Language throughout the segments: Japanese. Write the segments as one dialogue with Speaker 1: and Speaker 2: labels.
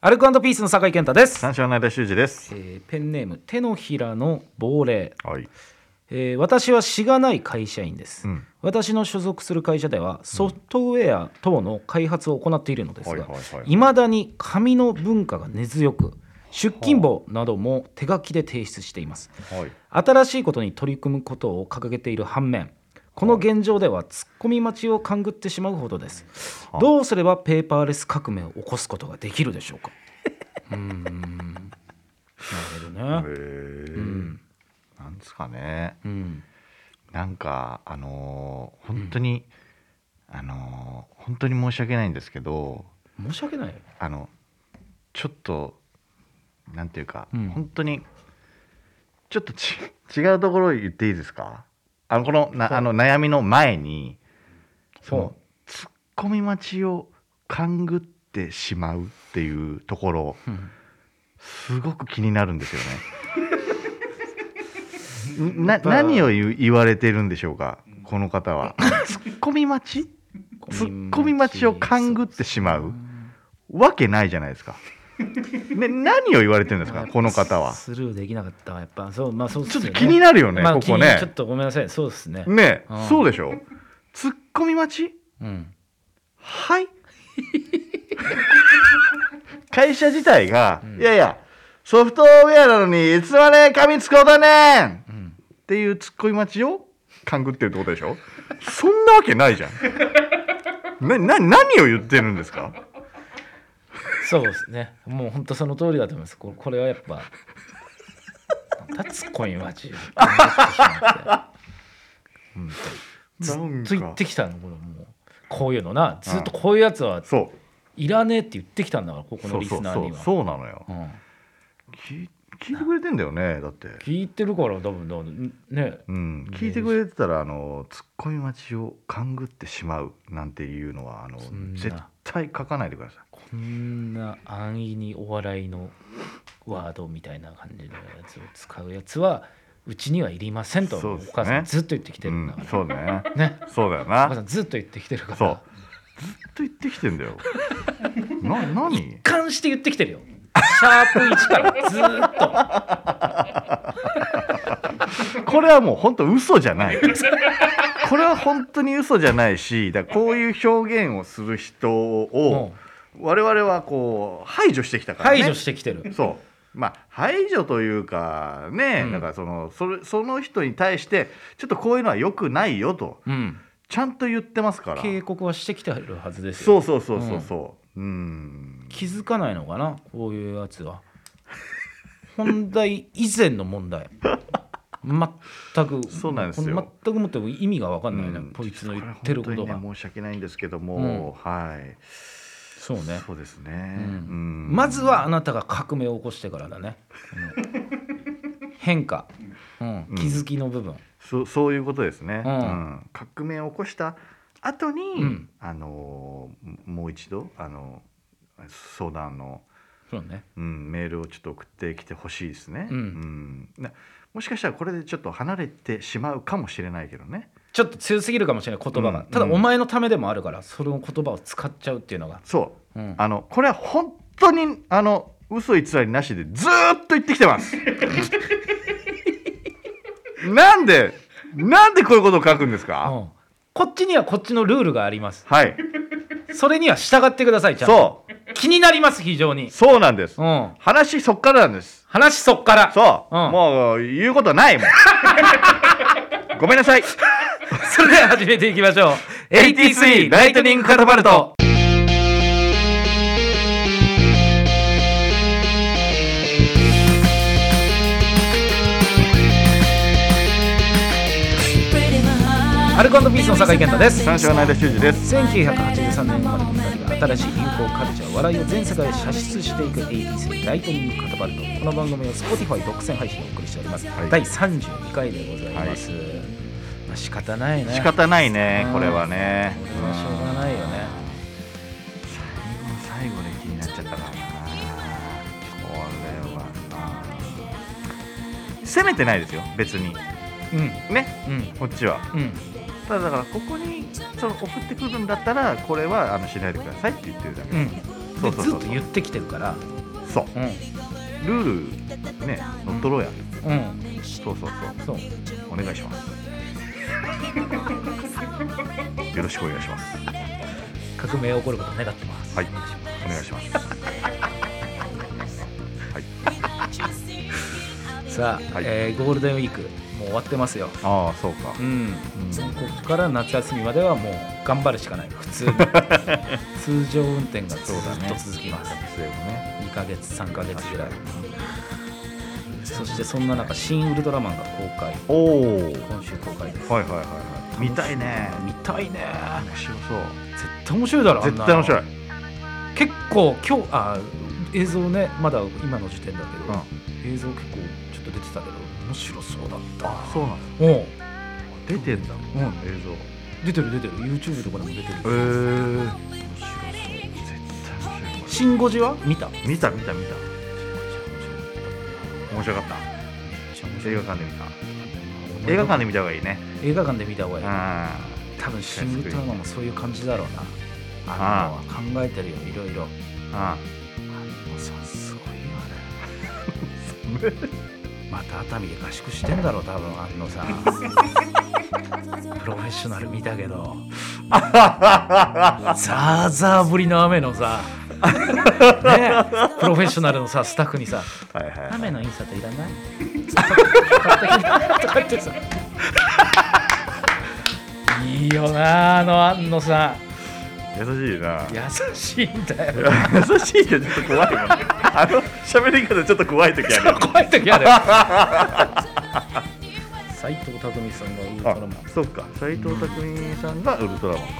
Speaker 1: アルコピースの酒井健太です、
Speaker 2: 三四郎の間修二です。
Speaker 1: えーペンネーム手のひらの亡霊、
Speaker 2: はい。
Speaker 1: えー私はしがない会社員です、
Speaker 2: うん
Speaker 1: 私の所属する会社ではソフトウェア等の開発を行っているのです
Speaker 2: はい
Speaker 1: が
Speaker 2: はいはいはい
Speaker 1: いまだに紙の文化が根強く出勤簿なども手書きで提出しています
Speaker 2: はい。
Speaker 1: 新しいことに取り組むことを掲げている反面この現状では突っ込み待ちを勘ぐってしまうほどです
Speaker 2: はい
Speaker 1: どうすればペーパーレス革命を起こすことができるでしょう かうーんなるほど
Speaker 2: へ
Speaker 1: ね、
Speaker 2: え
Speaker 1: うん
Speaker 2: なんですかね。
Speaker 1: うん、
Speaker 2: なんかあのー本当に、あのー本当に申し訳ないんですけど、
Speaker 1: 申し訳ない
Speaker 2: あのちょっとなんていうか、
Speaker 1: うん
Speaker 2: 本当にちょっとち違うところ言っていいですか。あのこのなあの悩みの前に、そ
Speaker 1: は
Speaker 2: の突っ込み待ちを勘ぐってしまうっていうところ。
Speaker 1: うん
Speaker 2: すごく気になるんですよね。 んな
Speaker 1: まあ
Speaker 2: 何を言う言われてるんでしょうかこの方は。ツッコミ待ちツッコミ待ちを勘ぐってしまうわけないじゃないですか。ね、何を言われてるんですかこの方は。
Speaker 1: スルーできなかったわやっぱそうまあそうっす
Speaker 2: ちょ
Speaker 1: よね
Speaker 2: っと気になるよね、
Speaker 1: まあ
Speaker 2: ここ
Speaker 1: 気に
Speaker 2: ね
Speaker 1: ちょっ。とごめんなさいそうですね
Speaker 2: ね
Speaker 1: うん
Speaker 2: そうでしょツッコミ待ち
Speaker 1: うん
Speaker 2: はい 会社自体が、
Speaker 1: ん
Speaker 2: いやいやソフトウェアなのにいつまで紙使うだねん
Speaker 1: うん
Speaker 2: っていうツッコミ待ちを勘ぐってるってことでしょそんなわけないじゃん なな何を言ってるんですか
Speaker 1: そうですねもう本当その通りだと思いますここれはやっぱなんだツッコミ待ち を勘ぐってしまってずっと言ってきたのこれもうこういうのなずっとこういうやつは
Speaker 2: そう
Speaker 1: いらねえって言ってきたんだからここのリスナーに
Speaker 2: そうそうそう
Speaker 1: は
Speaker 2: そうなのよ
Speaker 1: うん
Speaker 2: 聞い聞いてくれてんだよねだって、
Speaker 1: 聞いてるから多分だね
Speaker 2: うん、聞いてくれてたらあのツッコミ待ちを勘ぐってしまうなんていうのはあの
Speaker 1: そんな
Speaker 2: 絶対書かないでください
Speaker 1: こんな安易にお笑いのワードみたいな感じのやつを使うやつはうちにはいりませんと
Speaker 2: そう
Speaker 1: お
Speaker 2: ですね
Speaker 1: 母さんずっと言ってきてるんだか
Speaker 2: うん、そうだね
Speaker 1: らね
Speaker 2: そうだよ
Speaker 1: お母さ
Speaker 2: なん
Speaker 1: ずっと言ってきてるか
Speaker 2: そ
Speaker 1: ら
Speaker 2: うずっと言ってきてんだよな何
Speaker 1: 関して言ってきてるよシャープ1から ずーっと。
Speaker 2: これはもう本当嘘じゃ ないこれは本当に嘘じゃないしだからこういう表現をする人を我々はこう排除してきたからね
Speaker 1: 排除してきてる。
Speaker 2: そうまあ排除というかね、
Speaker 1: うん
Speaker 2: だからそのそれその人に対してちょっとこういうのは良くないよと
Speaker 1: うん、
Speaker 2: ちゃんと言ってますから
Speaker 1: 警告はしてきてるはずですよ。
Speaker 2: そうそうそうそうそううん
Speaker 1: 気づかないのかなこういうやつは本題以前の問題全く
Speaker 2: そうなんですよ
Speaker 1: これ全くもっても意味が分かんないね、
Speaker 2: うん
Speaker 1: こいつの言ってること
Speaker 2: れ
Speaker 1: が、
Speaker 2: 本当にね申し訳ないんですけども、はい
Speaker 1: そうね
Speaker 2: そうですね、
Speaker 1: ん
Speaker 2: うん
Speaker 1: まずはあなたが革命を起こしてからだねこの 変化、うん
Speaker 2: うん
Speaker 1: 気づきの部分、
Speaker 2: そそういうことですね、
Speaker 1: うん
Speaker 2: うん革命を起こした後に、
Speaker 1: うん
Speaker 2: あのーもう一度あのー相談の、
Speaker 1: そうね
Speaker 2: うん、メールをちょっと送ってきてほしいですね、
Speaker 1: うん
Speaker 2: うんなもしかしたらこれでちょっと離れてしまうかもしれないけどね
Speaker 1: ちょっと強すぎるかもしれない言葉が、
Speaker 2: うん
Speaker 1: ただ
Speaker 2: うん
Speaker 1: お前のためでもあるからその言葉を使っちゃうっていうのが、
Speaker 2: そう、
Speaker 1: うん
Speaker 2: あのこれは本当にあの嘘偽りなしでずーっと言ってきてます なんでなんでこういうことを書くんですか、
Speaker 1: うんこっちにはこっちのルールがあります
Speaker 2: はい
Speaker 1: それには従ってくださいちゃんと
Speaker 2: そ
Speaker 1: 気になります非常に
Speaker 2: う、そうなんです、
Speaker 1: うん、
Speaker 2: 話そっからなんです
Speaker 1: 話そっから
Speaker 2: そう、
Speaker 1: うん
Speaker 2: もう言うことないもんごめんなさ い
Speaker 1: それでは始めていきましょう
Speaker 2: AT3 ライトニングカタパルト
Speaker 1: アルコピースの酒井健太です
Speaker 2: 三四郎の間修二です
Speaker 1: 1983年生まれの2人が新しい流行カルチャー笑いを全世界へ射出していく AT3 ライトニングカタパルトこの番組を Spotify 独占配信でお送りしております、
Speaker 2: はい
Speaker 1: 第32回でございます、まあ仕方ないね
Speaker 2: 仕方ないねこれはね
Speaker 1: これはしょうがないよね
Speaker 2: 最後で気になっちゃったからなこれはな責めてないですよ別に
Speaker 1: う
Speaker 2: ね
Speaker 1: んうん
Speaker 2: こっちは
Speaker 1: うん
Speaker 2: ただだからここにその送ってくるんだったらこれはあのしないでくださいって言ってるだけ、
Speaker 1: うん
Speaker 2: そう
Speaker 1: でず
Speaker 2: そうそ
Speaker 1: っ
Speaker 2: う
Speaker 1: と言ってきてるから
Speaker 2: そう
Speaker 1: うん
Speaker 2: ルールね乗っ取ろうや
Speaker 1: うん
Speaker 2: そうそうそ
Speaker 1: そう
Speaker 2: うお願いし ますよろしくお願いします
Speaker 1: 革命が起こることを願ってます
Speaker 2: はいお願いします はい
Speaker 1: さあ、
Speaker 2: はい
Speaker 1: えーゴールデンウィークもう終わってますよ
Speaker 2: ああそうか
Speaker 1: うん
Speaker 2: うん
Speaker 1: ここから夏休みまではもう頑張るしかない普 通に通常運転がず
Speaker 2: そうだ
Speaker 1: っ
Speaker 2: ね
Speaker 1: と続きます、
Speaker 2: そうよね
Speaker 1: 2ヶ月3ヶ月ぐらい
Speaker 2: 確かに
Speaker 1: そしてそんな中「シン・ウルトラマン」が公開
Speaker 2: おおはい
Speaker 1: 今週公開です
Speaker 2: はいはいはい見たいね
Speaker 1: 見たいね
Speaker 2: 面白そう
Speaker 1: 絶対面白いだろあん
Speaker 2: 絶
Speaker 1: な
Speaker 2: 対面白い、う
Speaker 1: 結構今日あ映像ねまだ今の時点だけど、
Speaker 2: ん、
Speaker 1: 映像結構ちょっと出てたけど面白そうだった
Speaker 2: あそうなんだ
Speaker 1: おう
Speaker 2: 出てんだ
Speaker 1: うん
Speaker 2: 映像へ
Speaker 1: 出てる出てる YouTube とかでも出てる
Speaker 2: えー、
Speaker 1: 面白そう
Speaker 2: 絶対面白いこ
Speaker 1: シン・ゴジは見た
Speaker 2: れ見た見た見た面白かった映画館で見た映画館で見た方がいいね
Speaker 1: 映画館で見た方がいい
Speaker 2: あ
Speaker 1: 多分シン・ウルトラマンもそういう感じだろうなあ
Speaker 2: あ
Speaker 1: の考えてるよいろいろ
Speaker 2: あ
Speaker 1: もうさすごいよねまた熱海で合宿してんだろう多分あのさプロフェッショナル見たけどザーザーぶりの雨のさねプロフェッショナルのさスタッフにさ
Speaker 2: はいはい
Speaker 1: 雨のインサートいらないとか言ってさいいよなあのあんのさ
Speaker 2: 優しいな
Speaker 1: 優しいんだよ
Speaker 2: 優しいけどちょっと怖いもんね あの喋り方ちょっと怖い時あるよ
Speaker 1: 怖い時ある斎藤匠さんがウルトラ
Speaker 2: あ
Speaker 1: マン
Speaker 2: そっか斎藤工さんがウルトラマンか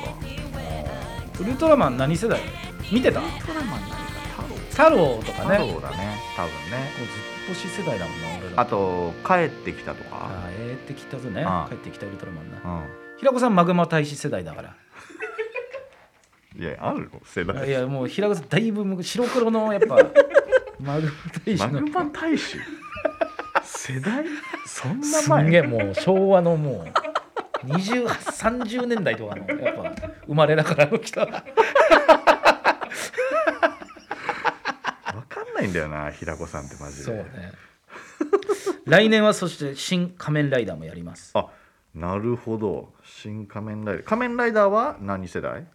Speaker 1: ウルトラマン何世代見てた
Speaker 2: ウルトラマン何か
Speaker 1: 太郎と
Speaker 2: 太
Speaker 1: か
Speaker 2: 郎
Speaker 1: ね
Speaker 2: 太
Speaker 1: もう
Speaker 2: 郎だね多分ね
Speaker 1: ずっとし世代だもんな俺ら
Speaker 2: あと帰ってきたとか
Speaker 1: あええってきたぞね
Speaker 2: ああ
Speaker 1: 帰ってきたウルトラマンな
Speaker 2: う
Speaker 1: 平子さんマグマ大使世代だから
Speaker 2: んいやあるの世
Speaker 1: い
Speaker 2: 代
Speaker 1: やもう平子さんだいぶむ白黒のやっぱマグマ大使
Speaker 2: マ
Speaker 1: の
Speaker 2: グマ大 使世代そんな
Speaker 1: すんげえ
Speaker 2: 前
Speaker 1: もう昭和の もう2830年代とかのやっぱ生まれだから来た
Speaker 2: わかんないんだよな平子さんってマジ
Speaker 1: そう
Speaker 2: で
Speaker 1: ね来年はそして新仮面ライダーもやります
Speaker 2: あなるほど新仮面ライダー仮面ライダーは何世代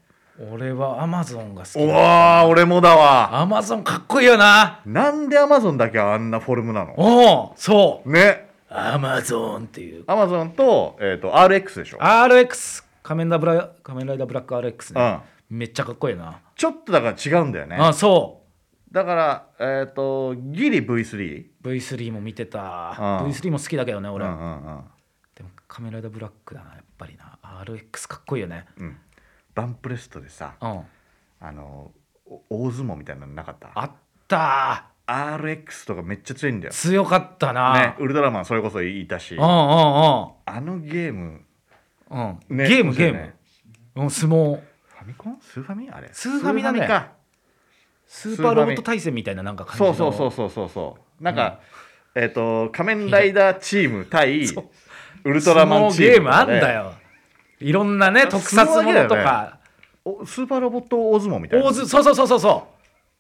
Speaker 1: 俺はアマゾンが好
Speaker 2: お
Speaker 1: き
Speaker 2: わー俺もだわ
Speaker 1: アマゾンかっこいいよな
Speaker 2: なんでアマゾンだけあんなフォルムなの
Speaker 1: おおそう
Speaker 2: ね
Speaker 1: アマゾンっていう
Speaker 2: アマゾンと,、えー、と RX でしょ
Speaker 1: RX 仮面ラブラ仮面ライダーブラック RX ね、めっちゃかっこいいな、
Speaker 2: ちょっとだから違うんだよね
Speaker 1: あそ
Speaker 2: だからえっ、とギリ V3
Speaker 1: う V3 も見てた
Speaker 2: ああ
Speaker 1: V3 も好きだけどね
Speaker 2: うん
Speaker 1: 俺、
Speaker 2: うん
Speaker 1: でも仮面ライダーブラックだなやっぱりな RX かっこいいよね
Speaker 2: うんうんバンプレストでさ
Speaker 1: うん
Speaker 2: あのお大相撲みたいなのなかった
Speaker 1: あった
Speaker 2: RX とかめっちゃ強いんだよ
Speaker 1: ー、強かったな、
Speaker 2: ね、ウルトラマンそれこそいたし
Speaker 1: うんう
Speaker 2: あのゲーム、
Speaker 1: んうん、うん
Speaker 2: ね
Speaker 1: ゲーム
Speaker 2: そう
Speaker 1: ゲ
Speaker 2: だよ
Speaker 1: ーム、
Speaker 2: ね
Speaker 1: うん、相撲
Speaker 2: ファミコンスーファミあれ
Speaker 1: スーファミだね
Speaker 2: スーファミか
Speaker 1: スーパーロボット対戦みたいななんか感じ
Speaker 2: そ
Speaker 1: の
Speaker 2: うそうそうそうそうそうなんか、えっ、と仮面ライダーチーム対
Speaker 1: そう
Speaker 2: ウルトラマンチーム
Speaker 1: 相撲ゲームあんだ
Speaker 2: よ
Speaker 1: よいろんなね特撮ものとか、
Speaker 2: おスーパーロボット大相撲みたいな
Speaker 1: 大相そうそうそうそうそ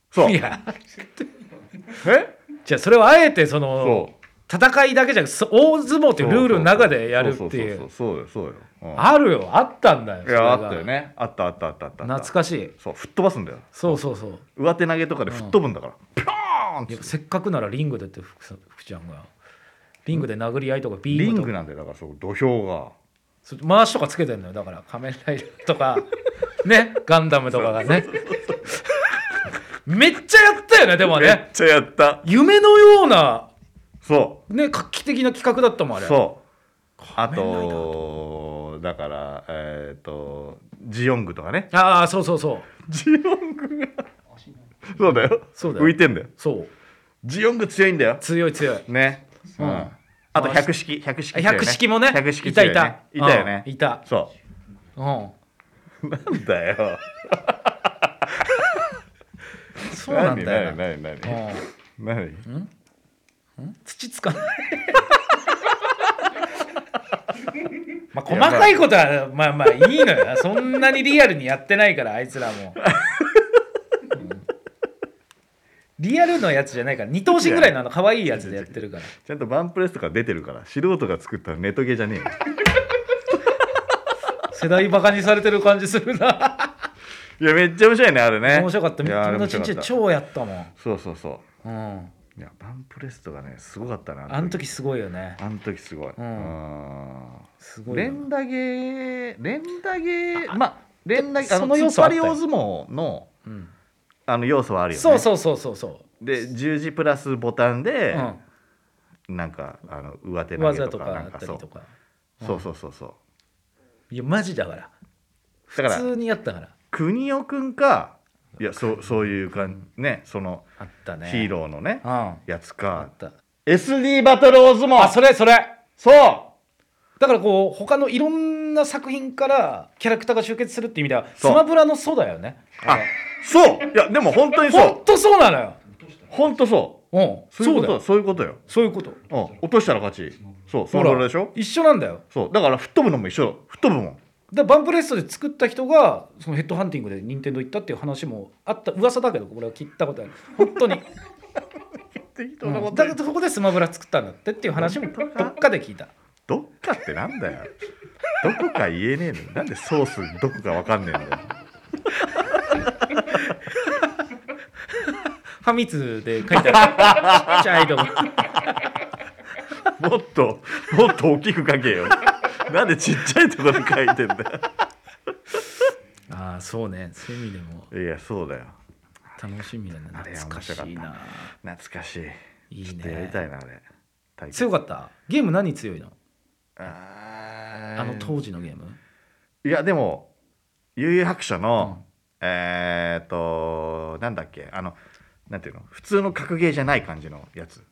Speaker 2: そうう
Speaker 1: いや
Speaker 2: え
Speaker 1: じゃあそれはあえてその
Speaker 2: そ
Speaker 1: 戦いだけじゃなくそ大相撲っていうルールの中でやるってい
Speaker 2: そう
Speaker 1: う
Speaker 2: そうそうそうよそうよ、うん
Speaker 1: あるよあったんだよ
Speaker 2: いやあった
Speaker 1: それ
Speaker 2: よ
Speaker 1: が
Speaker 2: ねあったあったあったあった
Speaker 1: 懐かしい
Speaker 2: そう吹っ飛ばすんだよ
Speaker 1: そうそうそう
Speaker 2: 上手投げとかで吹っ飛ぶんだから、ピョーンっ
Speaker 1: い
Speaker 2: て
Speaker 1: やせっかくならリングでって福さん福ちゃんがリングで殴り合いとかビー
Speaker 2: リ
Speaker 1: ム
Speaker 2: ン
Speaker 1: と
Speaker 2: グ
Speaker 1: か
Speaker 2: なんだよだからそう土俵が
Speaker 1: そ回しとかつけてんのよだから仮面ライダーとか ねガンダムとかがね めっちゃやったよねでも
Speaker 2: めっ
Speaker 1: ね
Speaker 2: ちゃやった
Speaker 1: 夢のような
Speaker 2: そ
Speaker 1: ね画期的な企画だったもんあ
Speaker 2: う
Speaker 1: れ
Speaker 2: そうあ
Speaker 1: 仮面ライダー
Speaker 2: とだからえっ、とジヨングとかね
Speaker 1: ああそうそうそう
Speaker 2: ジヨングがそうだよ
Speaker 1: そうだよ
Speaker 2: 浮いてんだよ
Speaker 1: そう
Speaker 2: ジヨング強いんだよ
Speaker 1: 強い強い
Speaker 2: ね、
Speaker 1: うん
Speaker 2: あと百式百式強いよね
Speaker 1: 百式もね
Speaker 2: 百式
Speaker 1: いた
Speaker 2: 強い
Speaker 1: い
Speaker 2: よ
Speaker 1: た
Speaker 2: ねいたよね
Speaker 1: うんいた
Speaker 2: そ
Speaker 1: うん
Speaker 2: うなんだよ
Speaker 1: そうなんだよな
Speaker 2: 何何何何
Speaker 1: うんん土つかない まあ細かいことはまあまあいいのよそんなにリアルにやってないからあいつらもリアルのやつじゃないから二等身ぐらいのあの可愛いやつでやってるから
Speaker 2: ちゃんとバンプレスとか出てるから素人が作ったネトゲじゃねえよ
Speaker 1: 世代バカにされてる感じするな
Speaker 2: いやめっちゃ面白いねあれね
Speaker 1: 面白かった
Speaker 2: いやあれ
Speaker 1: 友
Speaker 2: 面白
Speaker 1: 達ん
Speaker 2: か
Speaker 1: ち
Speaker 2: った
Speaker 1: 超やったもん
Speaker 2: そうそうそ
Speaker 1: うん
Speaker 2: ういやバンプレスとかねすごかったな
Speaker 1: あの時すごいよね
Speaker 2: あの時すごい、
Speaker 1: うん
Speaker 2: うん
Speaker 1: すごい
Speaker 2: 連
Speaker 1: よ
Speaker 2: 打ゲー連打ゲーまあ連打ゲーあ
Speaker 1: そ
Speaker 2: の
Speaker 1: の
Speaker 2: 突
Speaker 1: 要
Speaker 2: っ
Speaker 1: 素あ
Speaker 2: 張
Speaker 1: った
Speaker 2: り
Speaker 1: よ
Speaker 2: 大相撲の
Speaker 1: うん
Speaker 2: あの要素はあるよね
Speaker 1: そうそうそうそうそう
Speaker 2: で十字プラスボタン
Speaker 1: う
Speaker 2: で、
Speaker 1: う
Speaker 2: なんかあの上手投
Speaker 1: ん
Speaker 2: げ
Speaker 1: 技
Speaker 2: と
Speaker 1: と
Speaker 2: か
Speaker 1: か
Speaker 2: な
Speaker 1: あ
Speaker 2: ん
Speaker 1: っ
Speaker 2: か
Speaker 1: た
Speaker 2: そう
Speaker 1: りとか
Speaker 2: そうそうそうそう
Speaker 1: いやマジだから
Speaker 2: だから
Speaker 1: 普通にやったから
Speaker 2: 国尾くんかいやそうそういう感じねその
Speaker 1: あったね
Speaker 2: ヒーローのね
Speaker 1: うん
Speaker 2: やつ
Speaker 1: あ
Speaker 2: か
Speaker 1: った。
Speaker 2: SD バトル大相撲
Speaker 1: あ、それそれ。
Speaker 2: そう
Speaker 1: だからこう他のいろんな作品からキャラクターが集結するって意味ではス
Speaker 2: そう
Speaker 1: マブラのそうだよね。
Speaker 2: あそういやでも本当にそ
Speaker 1: 本
Speaker 2: う
Speaker 1: 当そうなのよ。
Speaker 2: 本当そ
Speaker 1: うん。
Speaker 2: うそうい
Speaker 1: そ
Speaker 2: う
Speaker 1: う
Speaker 2: こ
Speaker 1: だ
Speaker 2: と
Speaker 1: よ。
Speaker 2: そういうことよ、
Speaker 1: そういうこと。
Speaker 2: うん、落としたら勝ちそうそのでしょ
Speaker 1: 一緒なんだよ。
Speaker 2: そうだから吹っ飛ぶのも一緒吹っ飛ぶもん
Speaker 1: だからバンプレストで作った人がそのヘッドハンティングで任天堂行ったっていう話もあった噂だけど俺は聞いたことある本当に、
Speaker 2: う
Speaker 1: うんん、だ
Speaker 2: だけ
Speaker 1: から
Speaker 2: ど
Speaker 1: そこでスマブラ作ったんだってっていう話もどっかで聞い た
Speaker 2: どっかってなんだよどこか言えねえのなんでソースどこかわかんねえんだよ
Speaker 1: ファミツで書いてあ るちっちゃいとこ
Speaker 2: もっともっと大きく書けよなんでちっちゃいところに書いてんだよ
Speaker 1: ああそうねそういう意味でも
Speaker 2: いやそうだよ
Speaker 1: 楽しみだね
Speaker 2: あれ
Speaker 1: 懐かしいな
Speaker 2: 懐かしい
Speaker 1: いいね
Speaker 2: ちょっとやりたいなあれ対決
Speaker 1: 強かったゲーム何強いの、
Speaker 2: あー
Speaker 1: あの当時のゲーム
Speaker 2: いやでも悠々白書
Speaker 1: う
Speaker 2: の
Speaker 1: ん、
Speaker 2: えーっとなんだっけあのなんていうの普通の格ゲーじゃない感じのやつ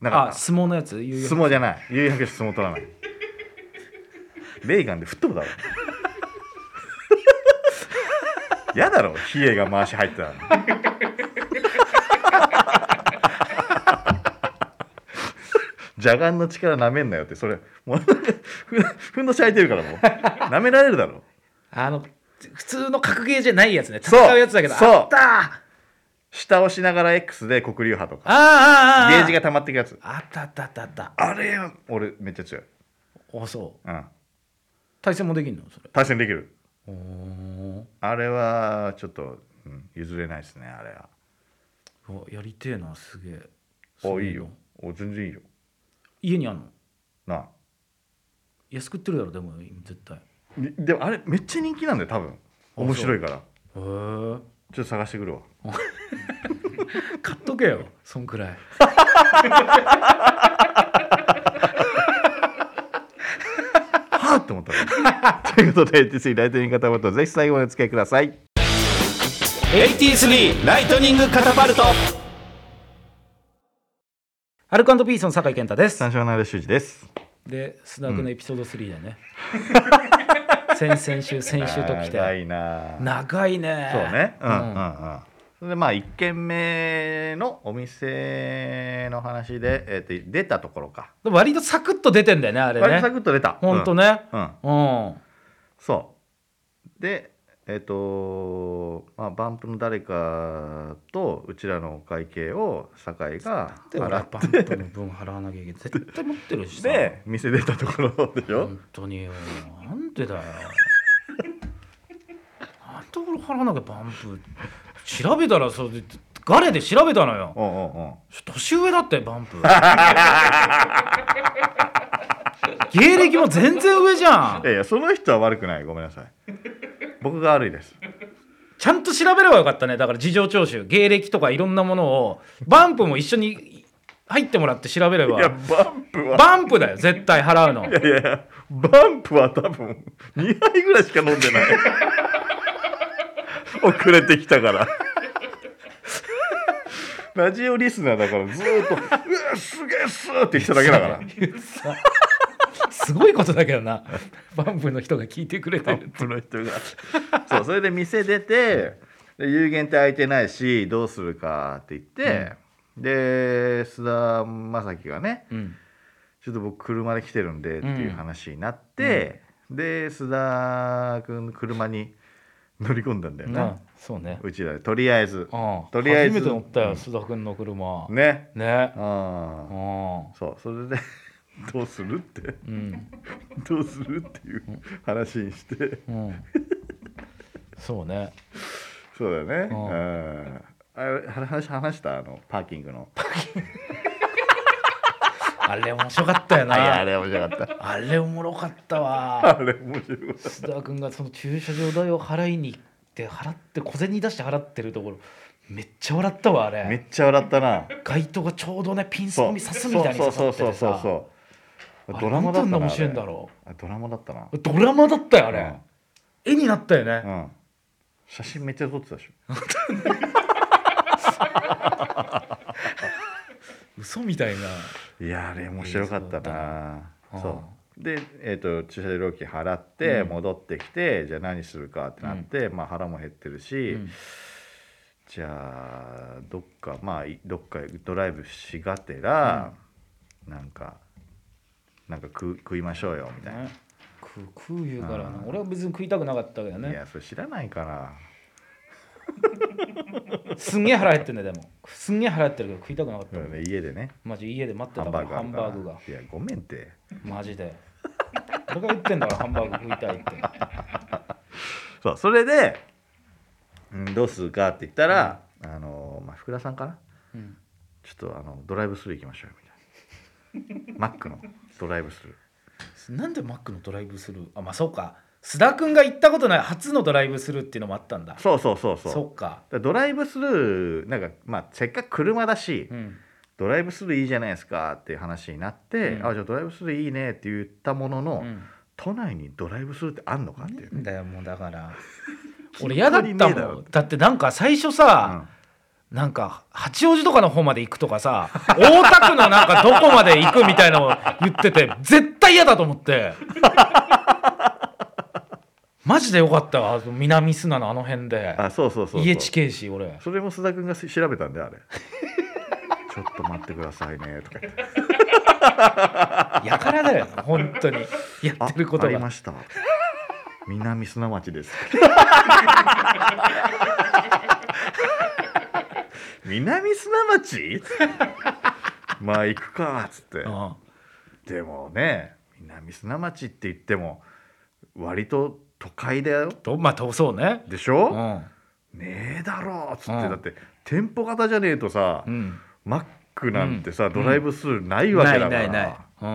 Speaker 2: なかった
Speaker 1: あ相撲のやつ言うよ
Speaker 2: 相撲じゃない悠々白書相撲取らないレイガンで吹っ飛ぶだろやだろ比叡が回し入ってたら邪眼の力なめんなよってそれもうふふんどし開いてるからもうなめられるだろ
Speaker 1: あの普通の格ゲーじゃないやつね
Speaker 2: そう
Speaker 1: 戦うやつだけど
Speaker 2: そう
Speaker 1: あったあ
Speaker 2: 下押しながら X で黒竜派とかゲ
Speaker 1: ああああ
Speaker 2: ージが溜まってくやつ
Speaker 1: あったあったあったあった
Speaker 2: あれよ俺めっちゃ強い、
Speaker 1: おそう
Speaker 2: うん、
Speaker 1: 対戦もできんのそれ
Speaker 2: 対戦できる
Speaker 1: おー
Speaker 2: あれはちょっと、うん、譲れないですねあれは。
Speaker 1: うわやりてえなすげえす
Speaker 2: お
Speaker 1: ご
Speaker 2: いいよお全然いいよ
Speaker 1: 家にあんの
Speaker 2: なあ
Speaker 1: 安く売ってるだろでも絶対へ
Speaker 2: にでもあれめっちゃ人気なんだよ多分
Speaker 1: そう
Speaker 2: 面白いからちょ
Speaker 1: え
Speaker 2: っと探してくるわ
Speaker 1: 買っとけよそんくらい
Speaker 2: はあって思った わということで TC ライトニングカタパルトぜひ最後までお付き合いください
Speaker 3: 83ライトニングカタパルト
Speaker 1: アルコピースの酒井健太です
Speaker 2: 三章のあれ修二です
Speaker 1: でスナックのエピソード3だね、 先々週先週と来
Speaker 2: 長
Speaker 1: て
Speaker 2: いなあ
Speaker 1: 長いね
Speaker 2: そうねうんうん
Speaker 1: うん
Speaker 2: うんそれでまあ1軒目のお店の話で、えーと出たところか、
Speaker 1: でも割とサクッと出てんだよねあれ
Speaker 2: 割とサ
Speaker 1: ね
Speaker 2: クッと出た
Speaker 1: ほんとね
Speaker 2: うんうん
Speaker 1: うん、
Speaker 2: そうでえっ、とまあバンプの誰かとうちらのお会計を酒井が
Speaker 1: で俺
Speaker 2: 払
Speaker 1: バ
Speaker 2: っ
Speaker 1: ンプの分払わなきゃいけない絶対持ってるしさ
Speaker 2: て店出たところでしょ、
Speaker 1: 本当によなんでだよ なんで俺払わなきゃバンプ調べたらそれガレで調べたのよ
Speaker 2: うんうんうん
Speaker 1: 年上だってバン プ芸歴も全然上じゃん
Speaker 2: いやいやその人は悪くないごめんなさい僕が悪いです
Speaker 1: ちゃんと調べればよかったねだから事情聴取芸歴とかいろんなものをバンプも一緒に入ってもらって調べれ
Speaker 2: いや
Speaker 1: ば
Speaker 2: バンプは
Speaker 1: バンプだよ絶対払うの
Speaker 2: いやいやバンプは多分2杯ぐらいしか飲ん でない遅れてきたから ラジオリスナーだからずーっと「うわすげえっす!」って言ってただけだから
Speaker 1: すごいことだけどなバンプの人が聞いてくれてる
Speaker 2: プの人がそうそれで店出てで有限って空いてないしどうするかって言って、で須田将暉がね
Speaker 1: うん
Speaker 2: ちょっと僕車で来てるんでっていう話になって、で須田君の車に 乗り込んだんだよ
Speaker 1: な
Speaker 2: な、
Speaker 1: そうね
Speaker 2: うちらでとりあえず
Speaker 1: うん
Speaker 2: とりあえず
Speaker 1: 初めて乗ったよ、
Speaker 2: うん
Speaker 1: 須田君の車ね
Speaker 2: ね
Speaker 1: ね
Speaker 2: あ
Speaker 1: う
Speaker 2: あ
Speaker 1: ん
Speaker 2: そうそれで どうするって
Speaker 1: うん、
Speaker 2: どうするっていう話にして
Speaker 1: うん、そうね
Speaker 2: そうだよね
Speaker 1: う
Speaker 2: うんんあれ話話したあのパーキングの
Speaker 1: あれ面白かったよな
Speaker 2: あいやあれ面白かっ
Speaker 1: あれおもろかったわ
Speaker 2: た あれ面白かった
Speaker 1: 須田君がその駐車場代を払いに行って払って小銭出して払ってるところめっちゃ笑ったわあ
Speaker 2: めっ
Speaker 1: れ
Speaker 2: ちゃ笑ったな
Speaker 1: 街灯がちょうどねピンスポ
Speaker 2: そ
Speaker 1: に
Speaker 2: う
Speaker 1: 刺すみたいに刺さって
Speaker 2: そう
Speaker 1: て
Speaker 2: そうそう
Speaker 1: さ
Speaker 2: そうそう
Speaker 1: あ
Speaker 2: ドラマだった
Speaker 1: な
Speaker 2: な
Speaker 1: てあんな面
Speaker 2: ん
Speaker 1: 白いんだろ
Speaker 2: あれあドラマだったな
Speaker 1: ドラマだったよあれ、絵になったよ
Speaker 2: う
Speaker 1: ね、
Speaker 2: ん、うん、写真めっちゃ撮ってたでしょ
Speaker 1: 嘘みたいない
Speaker 2: やあれ面白かっ
Speaker 1: 映像だ
Speaker 2: たな
Speaker 1: ったな
Speaker 2: そう
Speaker 1: うん
Speaker 2: で、えー、と駐車料金払って
Speaker 1: うん
Speaker 2: 戻ってきて、じゃあ何するかってなって、まあ腹も減ってるし、
Speaker 1: うん
Speaker 2: じゃあどっかまあいどっかドライブしがてら、なんかなんか食う食いましょうよみたいな、
Speaker 1: ね食う食う言うからな
Speaker 2: うん
Speaker 1: 俺は別に食いたくなかったけど
Speaker 2: い
Speaker 1: ね
Speaker 2: やそれ知らないから
Speaker 1: すんげえ腹減ってんだよでもすんげえ腹減ってるけど食いたくなかっ
Speaker 2: そ
Speaker 1: た
Speaker 2: れね家でね
Speaker 1: マジ家で待って
Speaker 2: ハ
Speaker 1: た
Speaker 2: ン
Speaker 1: か
Speaker 2: バ
Speaker 1: らハ
Speaker 2: ーグある
Speaker 1: ン
Speaker 2: から
Speaker 1: バーグが
Speaker 2: いやごめんって
Speaker 1: マジで俺が言ってんだからハンバーグ食いたいって
Speaker 2: そうそれで、うん、どうするかって言ったら、あのまあ福田さんかな
Speaker 1: うん
Speaker 2: ちょっとあのドライブスルー行きましょうよみ たいなマックのドライブスルー
Speaker 1: なんでマックのドライブスルーあまあそうか須田君が行ったことない初のドライブスルーっていうのもあったんだ
Speaker 2: そうそうそうそう
Speaker 1: そっか
Speaker 2: だからドライブスルーなんか、まあ、せっかく車だし、
Speaker 1: うん
Speaker 2: ドライブスルーいいじゃないですかっていう話になって、
Speaker 1: うん
Speaker 2: あじゃあドライブスルーいいねって言ったものの、
Speaker 1: うん
Speaker 2: 都内にドライブスルーってあんのかっていう、
Speaker 1: だよもうだから俺嫌だっ
Speaker 2: 気
Speaker 1: た
Speaker 2: になりねえだ
Speaker 1: も
Speaker 2: ろ
Speaker 1: んだってなんか最初さ、なんか八王子とかの方まで行くとかさ大田区のなんかどこまで行くみたいなのを言ってて絶対嫌だと思 ってマジでよかったわあの南砂のあの辺で
Speaker 2: うん、あそうそうそうそう
Speaker 1: 家近いし俺
Speaker 2: それも須田君がし調べたんであれ ちょっと待ってくださいねとか言って
Speaker 1: やからだよ本当にや
Speaker 2: あ
Speaker 1: ってること
Speaker 2: あり
Speaker 1: が
Speaker 2: ま した南砂町です南砂 町まあ行くかっつって
Speaker 1: うん
Speaker 2: でもね南砂町って言っても割と都会だよ
Speaker 1: とまあとそうね
Speaker 2: でしょ、
Speaker 1: うん
Speaker 2: ねえだろうっつって、
Speaker 1: うん
Speaker 2: だって店舗型じゃねえとさ、
Speaker 1: うん
Speaker 2: マックなんてさ、
Speaker 1: うん
Speaker 2: ドライブスルーないわ
Speaker 1: な
Speaker 2: け
Speaker 1: い
Speaker 2: だから、
Speaker 1: ないないうん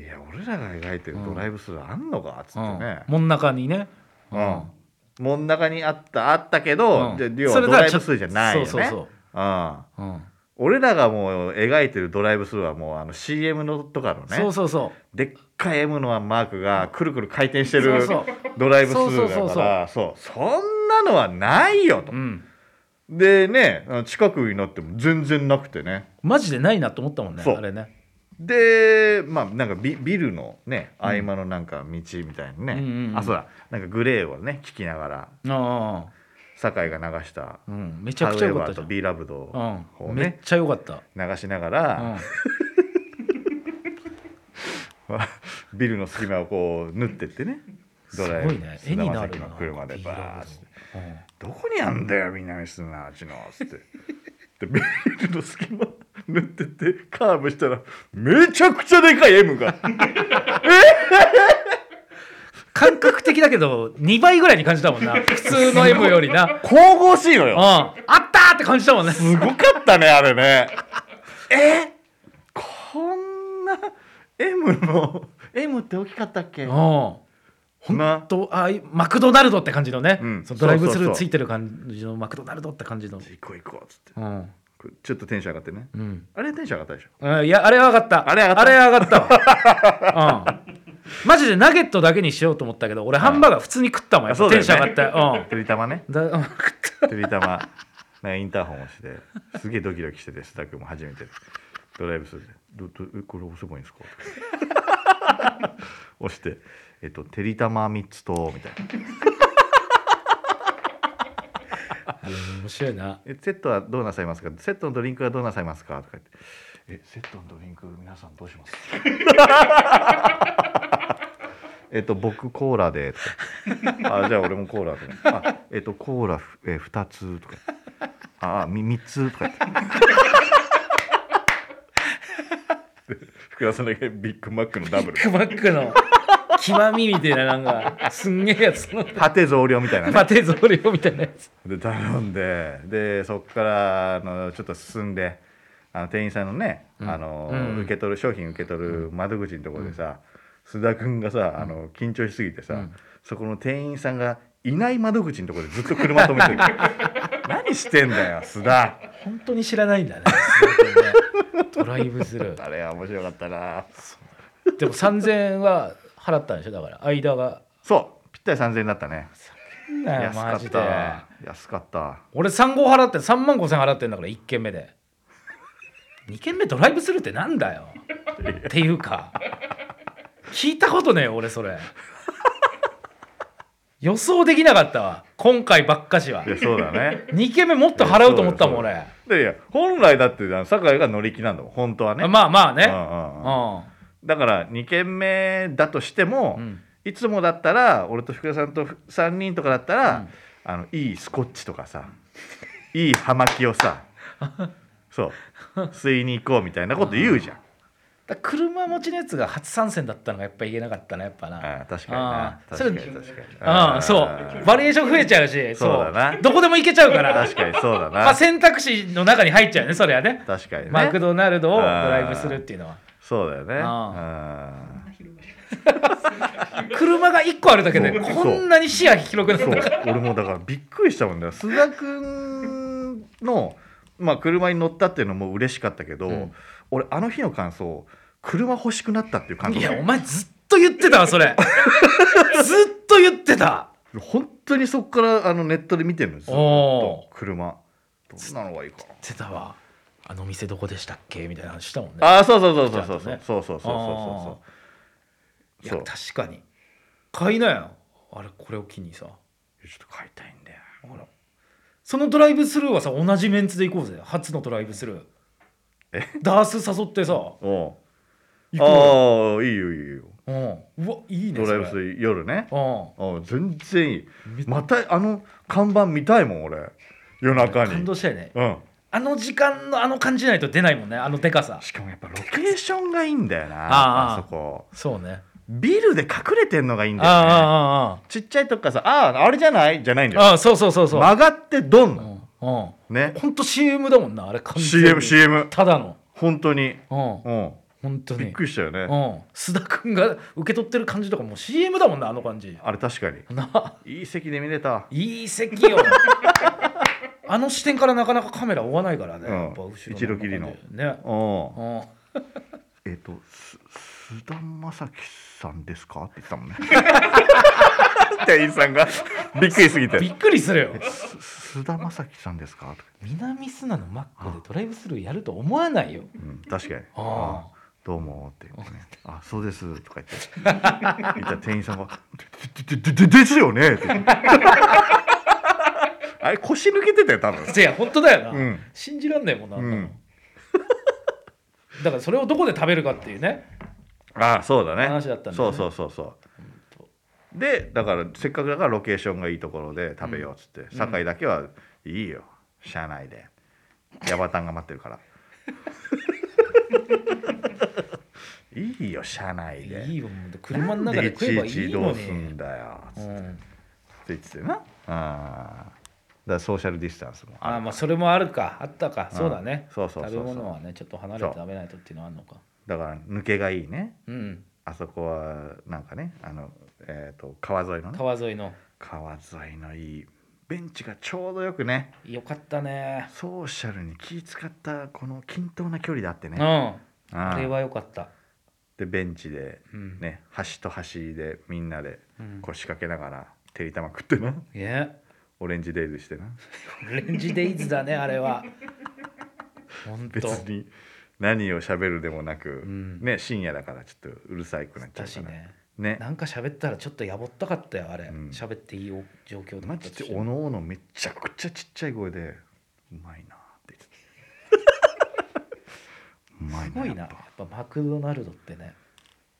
Speaker 2: いや俺らが描いてるドライブスルーあんのかっつってね、
Speaker 1: うん真ん中にね
Speaker 2: うん真ん中にあったあったけど、
Speaker 1: うん
Speaker 2: で要
Speaker 1: そ
Speaker 2: は
Speaker 1: れ
Speaker 2: ド
Speaker 1: だから
Speaker 2: ライブスルーじゃないよね
Speaker 1: そうそうそう
Speaker 2: うん
Speaker 1: うん
Speaker 2: 俺らがもう描いてるドライブスルーはもうあの CM のとかのね
Speaker 1: そうそうそう
Speaker 2: でっかい M のマークがくるくる回転してる
Speaker 1: そうそう
Speaker 2: ドライブスルーだからそうそんなのはないよと、
Speaker 1: うん
Speaker 2: でねあの近くになっても全然なくてね
Speaker 1: マジでないなと思ったもんね
Speaker 2: そう
Speaker 1: あれね
Speaker 2: でまあなんかビビルのね合間のなんか道みたいなね、
Speaker 1: うんうんうん
Speaker 2: あそうだなんかグレーをね聞きながら
Speaker 1: あ
Speaker 2: 酒井が流した
Speaker 1: あうんめ
Speaker 2: 「
Speaker 1: ちゃくちゃ良かっ
Speaker 2: However
Speaker 1: たじ
Speaker 2: と
Speaker 1: ゃん
Speaker 2: b ラブド
Speaker 1: う
Speaker 2: を
Speaker 1: んめっ
Speaker 2: ね
Speaker 1: ちゃ良かった
Speaker 2: 流しなが
Speaker 1: う
Speaker 2: ら
Speaker 1: ん、
Speaker 2: ビルの隙間をこう縫ってってね
Speaker 1: す
Speaker 2: ド
Speaker 1: ご
Speaker 2: ライブ
Speaker 1: いね絵になる
Speaker 2: 菅田将暉
Speaker 1: な
Speaker 2: の車でバーッて。
Speaker 1: うん
Speaker 2: どこにあんだよ南砂町のっつってでビルの隙間塗ってってカーブしたらめちゃくちゃでかい M が
Speaker 1: 感覚的だけど2倍ぐらいに感じたもん な普通の M よりな
Speaker 2: 神々しいの
Speaker 1: う
Speaker 2: よ
Speaker 1: んあったーって感じたもんね
Speaker 2: すごかったねあれねえこんな M の M って大きかったっけ
Speaker 1: うん
Speaker 2: な
Speaker 1: 本当ああいうマクドナルドって感じのね、
Speaker 2: うん
Speaker 1: そのドライブス
Speaker 2: そう
Speaker 1: ル
Speaker 2: そ
Speaker 1: ー
Speaker 2: うそ
Speaker 1: つ
Speaker 2: う
Speaker 1: いてる感じのマクドナルドって感じの
Speaker 2: 行こう行こうっつって
Speaker 1: うん、
Speaker 2: これちょっとテンション上がってね
Speaker 1: うん
Speaker 2: あれテンション上がったでしょ
Speaker 1: うん、いやあれは上がった
Speaker 2: あれ上がった
Speaker 1: 上がったわうんマジでナゲットだけにしようと思ったけど俺ハンバーガー普通に食ったもんやっぱ
Speaker 2: あそうだ
Speaker 1: テ
Speaker 2: よ
Speaker 1: ン
Speaker 2: ね
Speaker 1: ション上がったよ、
Speaker 2: てりたまね
Speaker 1: うん、だうん食った
Speaker 2: てりたま なんかインターホンをしてすげえドキドキしてて須田君も初めてドライブするで「どどえこれ押せばいいんですか?」 押して「えっとてりたま3つと」みたいな
Speaker 1: あれ面白いな
Speaker 2: 「えセットはどうなさいますか?」「セットのドリンクはどうなさいますか?」とか言って「えセットのドリンク皆さんどうします?」 えっと僕コーラでとかあじゃあ俺もコーラであえっとコーラふえー二つとかあみ三つとか言ってで 福田さんだけビッグマックのダブル
Speaker 1: クマックの極みみたいななんかすんげえやつの
Speaker 2: 果て増量みたいなね
Speaker 1: パテゾーレオみたいなやつ
Speaker 2: で頼んででそこからあのちょっと進んであの店員さんのね、あの
Speaker 1: うん
Speaker 2: 受け取る商品受け取る窓口のところでさ、須田君がさあの緊張しすぎてさ、そこの店員さんがいない窓口のところでずっと車止め てる何してんだよ須田
Speaker 1: 本当に知らないんだねドライブスルー
Speaker 2: あれは面白かったな
Speaker 1: でも3000円は払ったんでしょだから間が
Speaker 2: そうぴったり3000円だったね安か
Speaker 1: マ
Speaker 2: っ
Speaker 1: ジで
Speaker 2: た安かった
Speaker 1: 俺3号払って3万5千払ってんだから1軒目で2軒目ドライブスルーってなんだよっていうか聞いたことねえよ俺それ予想できなかったわ今回ばっかしはい
Speaker 2: やそうだね
Speaker 1: 2軒目もっと払うと思ったもん俺
Speaker 2: でいや本来だってあの酒井が乗り気なんだもん本当はね
Speaker 1: まあまあね
Speaker 2: うんうんうん
Speaker 1: う
Speaker 2: だから2軒目だとしても、
Speaker 1: うん
Speaker 2: いつもだったら俺と福田さんと3人とかだったら、あのいいスコッチとかさ いい葉巻 をさそう吸いに行こうみたいなこと言うじゃん、
Speaker 1: んだから車持ちのやつが初参戦だったのがやっぱ言えなかったなやっぱな
Speaker 2: ああ確かにな
Speaker 1: あー
Speaker 2: 確かに
Speaker 1: それ
Speaker 2: 確かに
Speaker 1: ああそ
Speaker 2: ー
Speaker 1: うバリエーション増えちゃうし
Speaker 2: そうだな
Speaker 1: どこでも行けちゃうから
Speaker 2: 確かにそう だ
Speaker 1: まあ、
Speaker 2: な
Speaker 1: 選択肢の中に入っちゃうよねそれはね
Speaker 2: 確かにね
Speaker 1: マクドナルドをドライブするっていうのは
Speaker 2: そうだよね
Speaker 1: あ
Speaker 2: うん
Speaker 1: 車が1個あるだけで
Speaker 2: そう
Speaker 1: こんなに視野広くな
Speaker 2: そう
Speaker 1: った
Speaker 2: 俺もだからびっくりしたもんだよ須田君の、まあ、車に乗ったっていうのも嬉しかったけど、
Speaker 1: ん
Speaker 2: 俺あの日の感想車欲しくなったっていう感想
Speaker 1: いやお前ずっと言ってたわ それずっと言ってた
Speaker 2: 本当にそこからあのネットで見てるのずっ
Speaker 1: お
Speaker 2: と車どんなのがいいか
Speaker 1: 言ってたわあの店どこでしたっけみたいな話したもんね
Speaker 2: ああそうそうそうそうそう
Speaker 1: ち
Speaker 2: そ
Speaker 1: ゃとね
Speaker 2: うんそうそうそうそ
Speaker 1: いうや
Speaker 2: そう
Speaker 1: 確かに買いなよあれこれを機にさ
Speaker 2: ちょっと買いたいんだよ
Speaker 1: ほらそのドライブスルーはさ同じメンツで行こうぜ初のドライブスルー
Speaker 2: え
Speaker 1: ダース誘ってさ行
Speaker 2: おう
Speaker 1: こ
Speaker 2: ああいいよいい
Speaker 1: う
Speaker 2: よ
Speaker 1: ようんうわいいね
Speaker 2: ドライブス
Speaker 1: ー
Speaker 2: ルー夜ね
Speaker 1: うん
Speaker 2: ああ全然いいまたあの看板見たいもん俺夜中
Speaker 1: 感
Speaker 2: に
Speaker 1: 動したよね
Speaker 2: うん
Speaker 1: あの時間のあの感じないと出ないもんねあのでかさ
Speaker 2: しかもやっぱロケーションがいいんだよな
Speaker 1: あ
Speaker 2: あ
Speaker 1: あ
Speaker 2: そこ
Speaker 1: そうね
Speaker 2: ビルで隠れてんのがいいんだよね
Speaker 1: あ
Speaker 2: ちっちゃいとこからさあああれじゃないじゃないん
Speaker 1: あ
Speaker 2: だ
Speaker 1: ああ
Speaker 2: よ
Speaker 1: ああそうそうそうそう、
Speaker 2: 曲がってドンな
Speaker 1: う
Speaker 2: の
Speaker 1: んうん
Speaker 2: ね
Speaker 1: ほんと CM だもんなあれ完全に
Speaker 2: CM CM
Speaker 1: ただの
Speaker 2: 本当に
Speaker 1: うん
Speaker 2: うん
Speaker 1: 本当に
Speaker 2: びっくりしたよね、
Speaker 1: うん須田君が受け取ってる感じとかもう CM だもんなあの感じ
Speaker 2: あれ確かに
Speaker 1: ない
Speaker 2: い席で見れた、
Speaker 1: いい席よ あの視点からなかなかカメラ追わないからね、
Speaker 2: うん
Speaker 1: やっぱ後ろ
Speaker 2: 一度きりの
Speaker 1: ね、
Speaker 2: う
Speaker 1: う
Speaker 2: ん
Speaker 1: ん、
Speaker 2: えっ、とす須田将暉さんですかって言った もんね店員さんがびっくりすぎて
Speaker 1: びっくりするよ
Speaker 2: す須田将暉さんですかとか、
Speaker 1: 南砂のマックでドライブスルーやると思わないよ
Speaker 2: うん、確かに
Speaker 1: あ
Speaker 2: あ
Speaker 1: あ
Speaker 2: どうもって言って ね「あそうです」とか言って言ったら店員さんが「ででででですよね」って言って あれ腰抜けてたよ多 分
Speaker 1: いや本当だよな、
Speaker 2: うん
Speaker 1: 信じらんないもんな、あんなの
Speaker 2: うん
Speaker 1: だからそれをどこで食べるかっていうね
Speaker 2: ああそうだね
Speaker 1: 話だったんだね
Speaker 2: そうそうそうそうでだからせっかくだからロケーションがいいところで食べようっつって、酒井だけは「いいよ車内でヤバタンが待ってるから」いいよ車内で
Speaker 1: いいよもう車の中で食えばい
Speaker 2: ち
Speaker 1: い
Speaker 2: ど
Speaker 1: の
Speaker 2: うすん
Speaker 1: に
Speaker 2: だよつっ
Speaker 1: うん
Speaker 2: て言ってたよなああだからソーシャルディスタンスも
Speaker 1: あ
Speaker 2: あ
Speaker 1: あ
Speaker 2: る
Speaker 1: まあそれもあるかあったかそうだね
Speaker 2: そうそうそうそう
Speaker 1: 食べ物はねちょっと離れて食べないとっていうのはあるのか
Speaker 2: だから抜けがいいね
Speaker 1: うん
Speaker 2: あそこはなんかねあの、えー、と川沿いのね
Speaker 1: 川沿いの
Speaker 2: 川沿いのいいベンチがちょうどよくね
Speaker 1: よかったね
Speaker 2: ソーシャルに気使ったこの均等な距離であって
Speaker 1: うん
Speaker 2: ね、
Speaker 1: あ
Speaker 2: うん
Speaker 1: れはよかった
Speaker 2: でベンチで
Speaker 1: うん
Speaker 2: ね端と端でみんなで
Speaker 1: うん
Speaker 2: 腰掛けながらてりたま食ってな
Speaker 1: ねえ
Speaker 2: オレンジデイズしてな
Speaker 1: オレンジデイズ だねあれは本
Speaker 2: 別
Speaker 1: 当
Speaker 2: に何を喋るでもなく、
Speaker 1: ん
Speaker 2: ね深夜だからちょっとうるさいくなっちゃ
Speaker 1: だ
Speaker 2: う
Speaker 1: し
Speaker 2: から
Speaker 1: ね
Speaker 2: ね
Speaker 1: なんか喋ったらちょっとやぼったかったよあれ
Speaker 2: ん
Speaker 1: 喋、っていいお状況だ
Speaker 2: マ
Speaker 1: った
Speaker 2: ジ
Speaker 1: として
Speaker 2: で
Speaker 1: も
Speaker 2: おのおのめちゃくちゃちっちゃい声で「うまいな」って言ってたうまい
Speaker 1: すごいなやっぱマクドナルドってね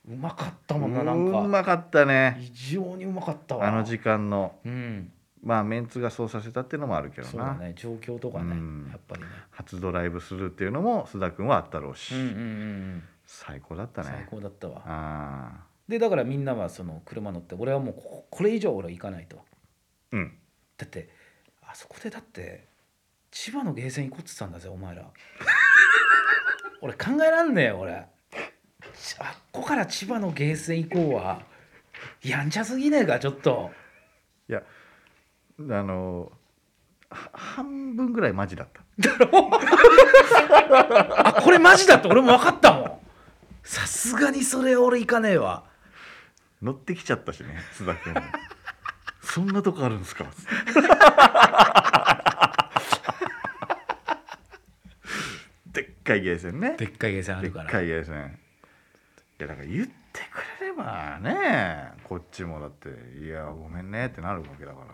Speaker 2: う
Speaker 1: うまかったもんななん
Speaker 2: う
Speaker 1: か
Speaker 2: まかったね
Speaker 1: 異常にうまかったわ
Speaker 2: あの時間の
Speaker 1: うん
Speaker 2: まあメンツがそうさせたっていうのもあるけど
Speaker 1: そうだ
Speaker 2: な、
Speaker 1: ね状況とかね、
Speaker 2: うん
Speaker 1: やっぱりね
Speaker 2: 初ドライブするっていうのも須田君はあったろうし、
Speaker 1: うんうんうん
Speaker 2: 最高だった
Speaker 1: うん最
Speaker 2: ね
Speaker 1: 高だったわ
Speaker 2: あ
Speaker 1: でだからみんなはその車乗って俺はもうこここれ以上俺は行かないと
Speaker 2: ーうん
Speaker 1: だってあそこでだって千葉のゲーセン行こうっつったんだぜお前ら 俺考えらんねえよ俺ちあっこから千葉のゲーセン行こうはやんちゃすぎねえかちょっと
Speaker 2: いやあのは半分ぐらいマジだった
Speaker 1: あこれマジだって俺も分かったもんさすがにそれ俺行かねえわ
Speaker 2: 乗ってきちゃったしね 須田君もそんなとこあるんですかつってでっかいゲーセンね
Speaker 1: でっかいゲーセンあ
Speaker 2: で
Speaker 1: る
Speaker 2: っ
Speaker 1: から
Speaker 2: かいゲーセンいやだから言ってくれればねこっちもだって「いやごめんね」ってなるわけだから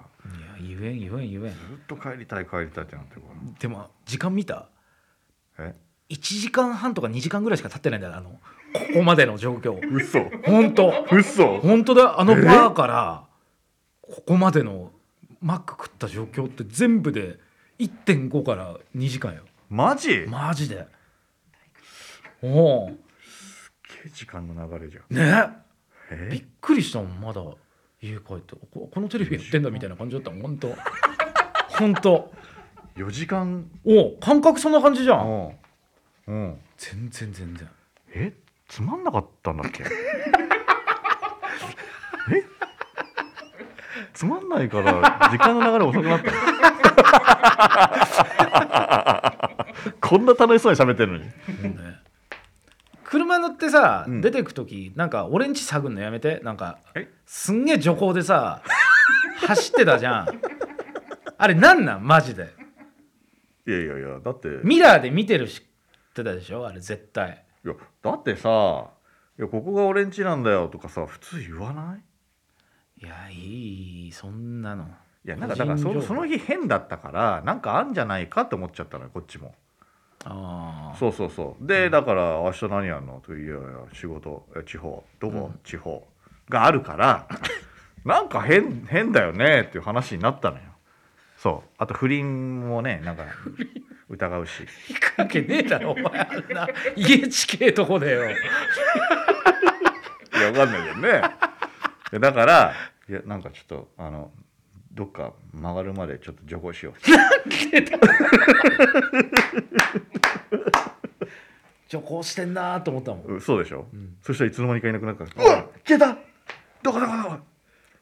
Speaker 1: いや言えん言えん言えん
Speaker 2: ずっと帰りたい帰りたいってなってるか
Speaker 1: でも時間見た
Speaker 2: らえ
Speaker 1: 1時間半とか2時間ぐらいしか経ってないんだよあのここまでの状況
Speaker 2: 嘘
Speaker 1: 本当
Speaker 2: 嘘
Speaker 1: 本当だあのバーからここまでのマック食った状況って全部で1.5から2時間よ
Speaker 2: マジ
Speaker 1: マジでおお
Speaker 2: け時間の流れじゃん
Speaker 1: ねび
Speaker 2: え
Speaker 1: っくりしたもんまだ家帰ってここのテレビやってんだみたいな感じだったもん本当本当
Speaker 2: 4時間
Speaker 1: おう感覚そんな感じじゃん
Speaker 2: うんうん
Speaker 1: 全然全然
Speaker 2: えつまんなかったんだっ けえつまんないから時間の流れ遅く なったこんな楽しそうに喋ってるのに
Speaker 1: ね車乗ってさ、
Speaker 2: うん
Speaker 1: 出てく時なんか俺んち探んのやめてなんか
Speaker 2: え
Speaker 1: すんげえ徐行でさ 走ってたじゃんあれなんなんマジで
Speaker 2: いやいやいやだってい
Speaker 1: ミラーで見てるしってたでしょあれ絶対
Speaker 2: やだってさいやここが俺んちなんだよとかさ普通言わない
Speaker 1: いやいいそんなの
Speaker 2: いやなんかだからそ
Speaker 1: 個人情
Speaker 2: の
Speaker 1: 報
Speaker 2: その日変だったからなんかあんじゃないかって思っちゃったのよこっちも
Speaker 1: ああ
Speaker 2: そうそうそうで、だから明日何やんのといやいや仕事え地方どこ、地方があるから なんか変変だよねっていう話になったのよそうあと不倫もねなんか疑うし
Speaker 1: 引っ掛けねえだろお前あんな家近えとこだよ
Speaker 2: いやわかんないけどねいやだからいやなんかちょっとあのどっか曲がるまでちょっと徐行しよう
Speaker 1: 徐行してんなーと思ったもん
Speaker 2: うそうでしょ、
Speaker 1: ん
Speaker 2: そしたらいつの間にかいなくなったから「うわ消えたどこどこどこ!」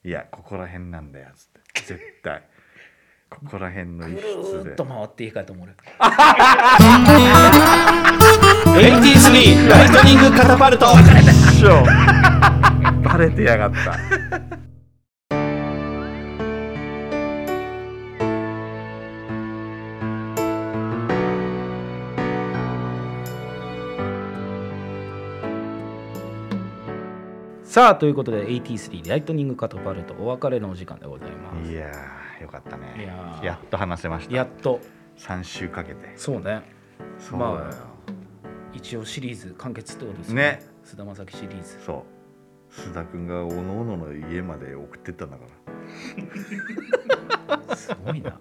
Speaker 2: いやここら辺なんだよつって絶対ここら辺の一
Speaker 1: ず
Speaker 2: 室
Speaker 1: ーっ
Speaker 2: で
Speaker 1: と回っていいかと思う俺
Speaker 3: 83ライトニングカタパルト
Speaker 2: しょバレてやがった
Speaker 1: さあということで83ライトニングカトパルトお別れのお時間でございます
Speaker 2: いやーよかった
Speaker 1: いや
Speaker 2: ね
Speaker 1: ー
Speaker 2: やっと話せました
Speaker 1: やっと
Speaker 2: 3週かけて
Speaker 1: そうね
Speaker 2: そうだよ、
Speaker 1: ま一応シリーズ完結ってことです
Speaker 2: ね
Speaker 1: 菅田将暉シリーズ
Speaker 2: そう須田君がおのおのの家まで送ってったんだから
Speaker 1: すごいな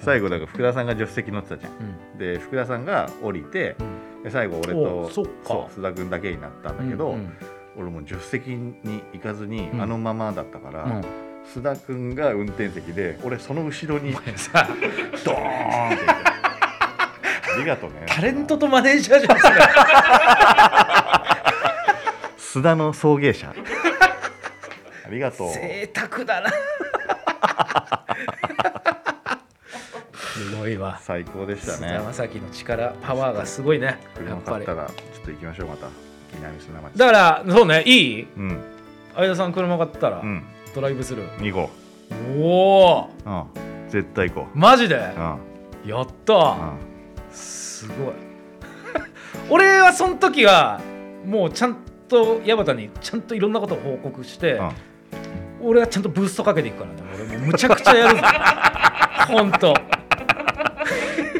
Speaker 2: 最後だから福田さんが助手席乗ってたじゃん
Speaker 1: うん
Speaker 2: で福田さんが降りて、で最後俺
Speaker 1: お
Speaker 2: と
Speaker 1: そっか
Speaker 2: う須田君だけになったんだけど、
Speaker 1: うんうん
Speaker 2: 俺もう助手席に行かずに、
Speaker 1: うん
Speaker 2: あのままだったから、
Speaker 1: うん
Speaker 2: 須田君が運転席で俺その後ろに
Speaker 1: これさ
Speaker 2: ドーンって行ってありがとうね
Speaker 1: タレントとマネージャーじゃんそれ
Speaker 2: 須田の送迎車ありがとう
Speaker 1: 贅沢だなすごいわ
Speaker 2: 最高でした
Speaker 1: 菅
Speaker 2: ね
Speaker 1: 田将暉の力パワーがすごいねや
Speaker 2: 車
Speaker 1: っ
Speaker 2: 買
Speaker 1: ぱ
Speaker 2: っ
Speaker 1: り
Speaker 2: た
Speaker 1: だから
Speaker 2: ちょっと行きましょうまた南砂町
Speaker 1: らそうねいい
Speaker 2: うん
Speaker 1: 相田さん車買ったら
Speaker 2: うん
Speaker 1: ドライブする、
Speaker 2: 行こ
Speaker 1: おお
Speaker 2: う、うん、絶対行こ
Speaker 1: マジで
Speaker 2: ううん
Speaker 1: やったー、
Speaker 2: うん
Speaker 1: すごい 俺はその時はもうちゃんと矢端にちゃんといろんなことを報告して、
Speaker 2: うん
Speaker 1: 俺はちゃんとブーストかけていくからね俺もうむちゃくちゃやるぞ ほんと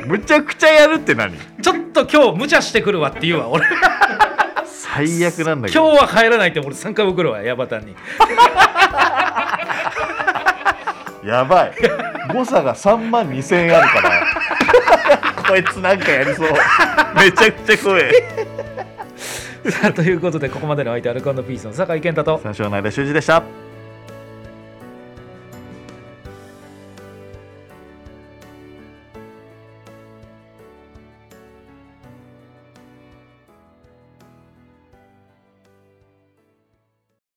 Speaker 2: むちゃくちゃやるって何
Speaker 1: ちょっと今日無茶してくるわって言うわ俺
Speaker 2: 最悪なんだけ
Speaker 1: 今
Speaker 2: ど
Speaker 1: 日は帰らないって俺3回送るわヤバタンに
Speaker 2: やばい誤差が3万2000円あるから こいつなんかやりそうめちゃくちゃ怖い
Speaker 1: さあということでここまでのお相手アルコピースの酒井健太と
Speaker 2: 三照の間修二でした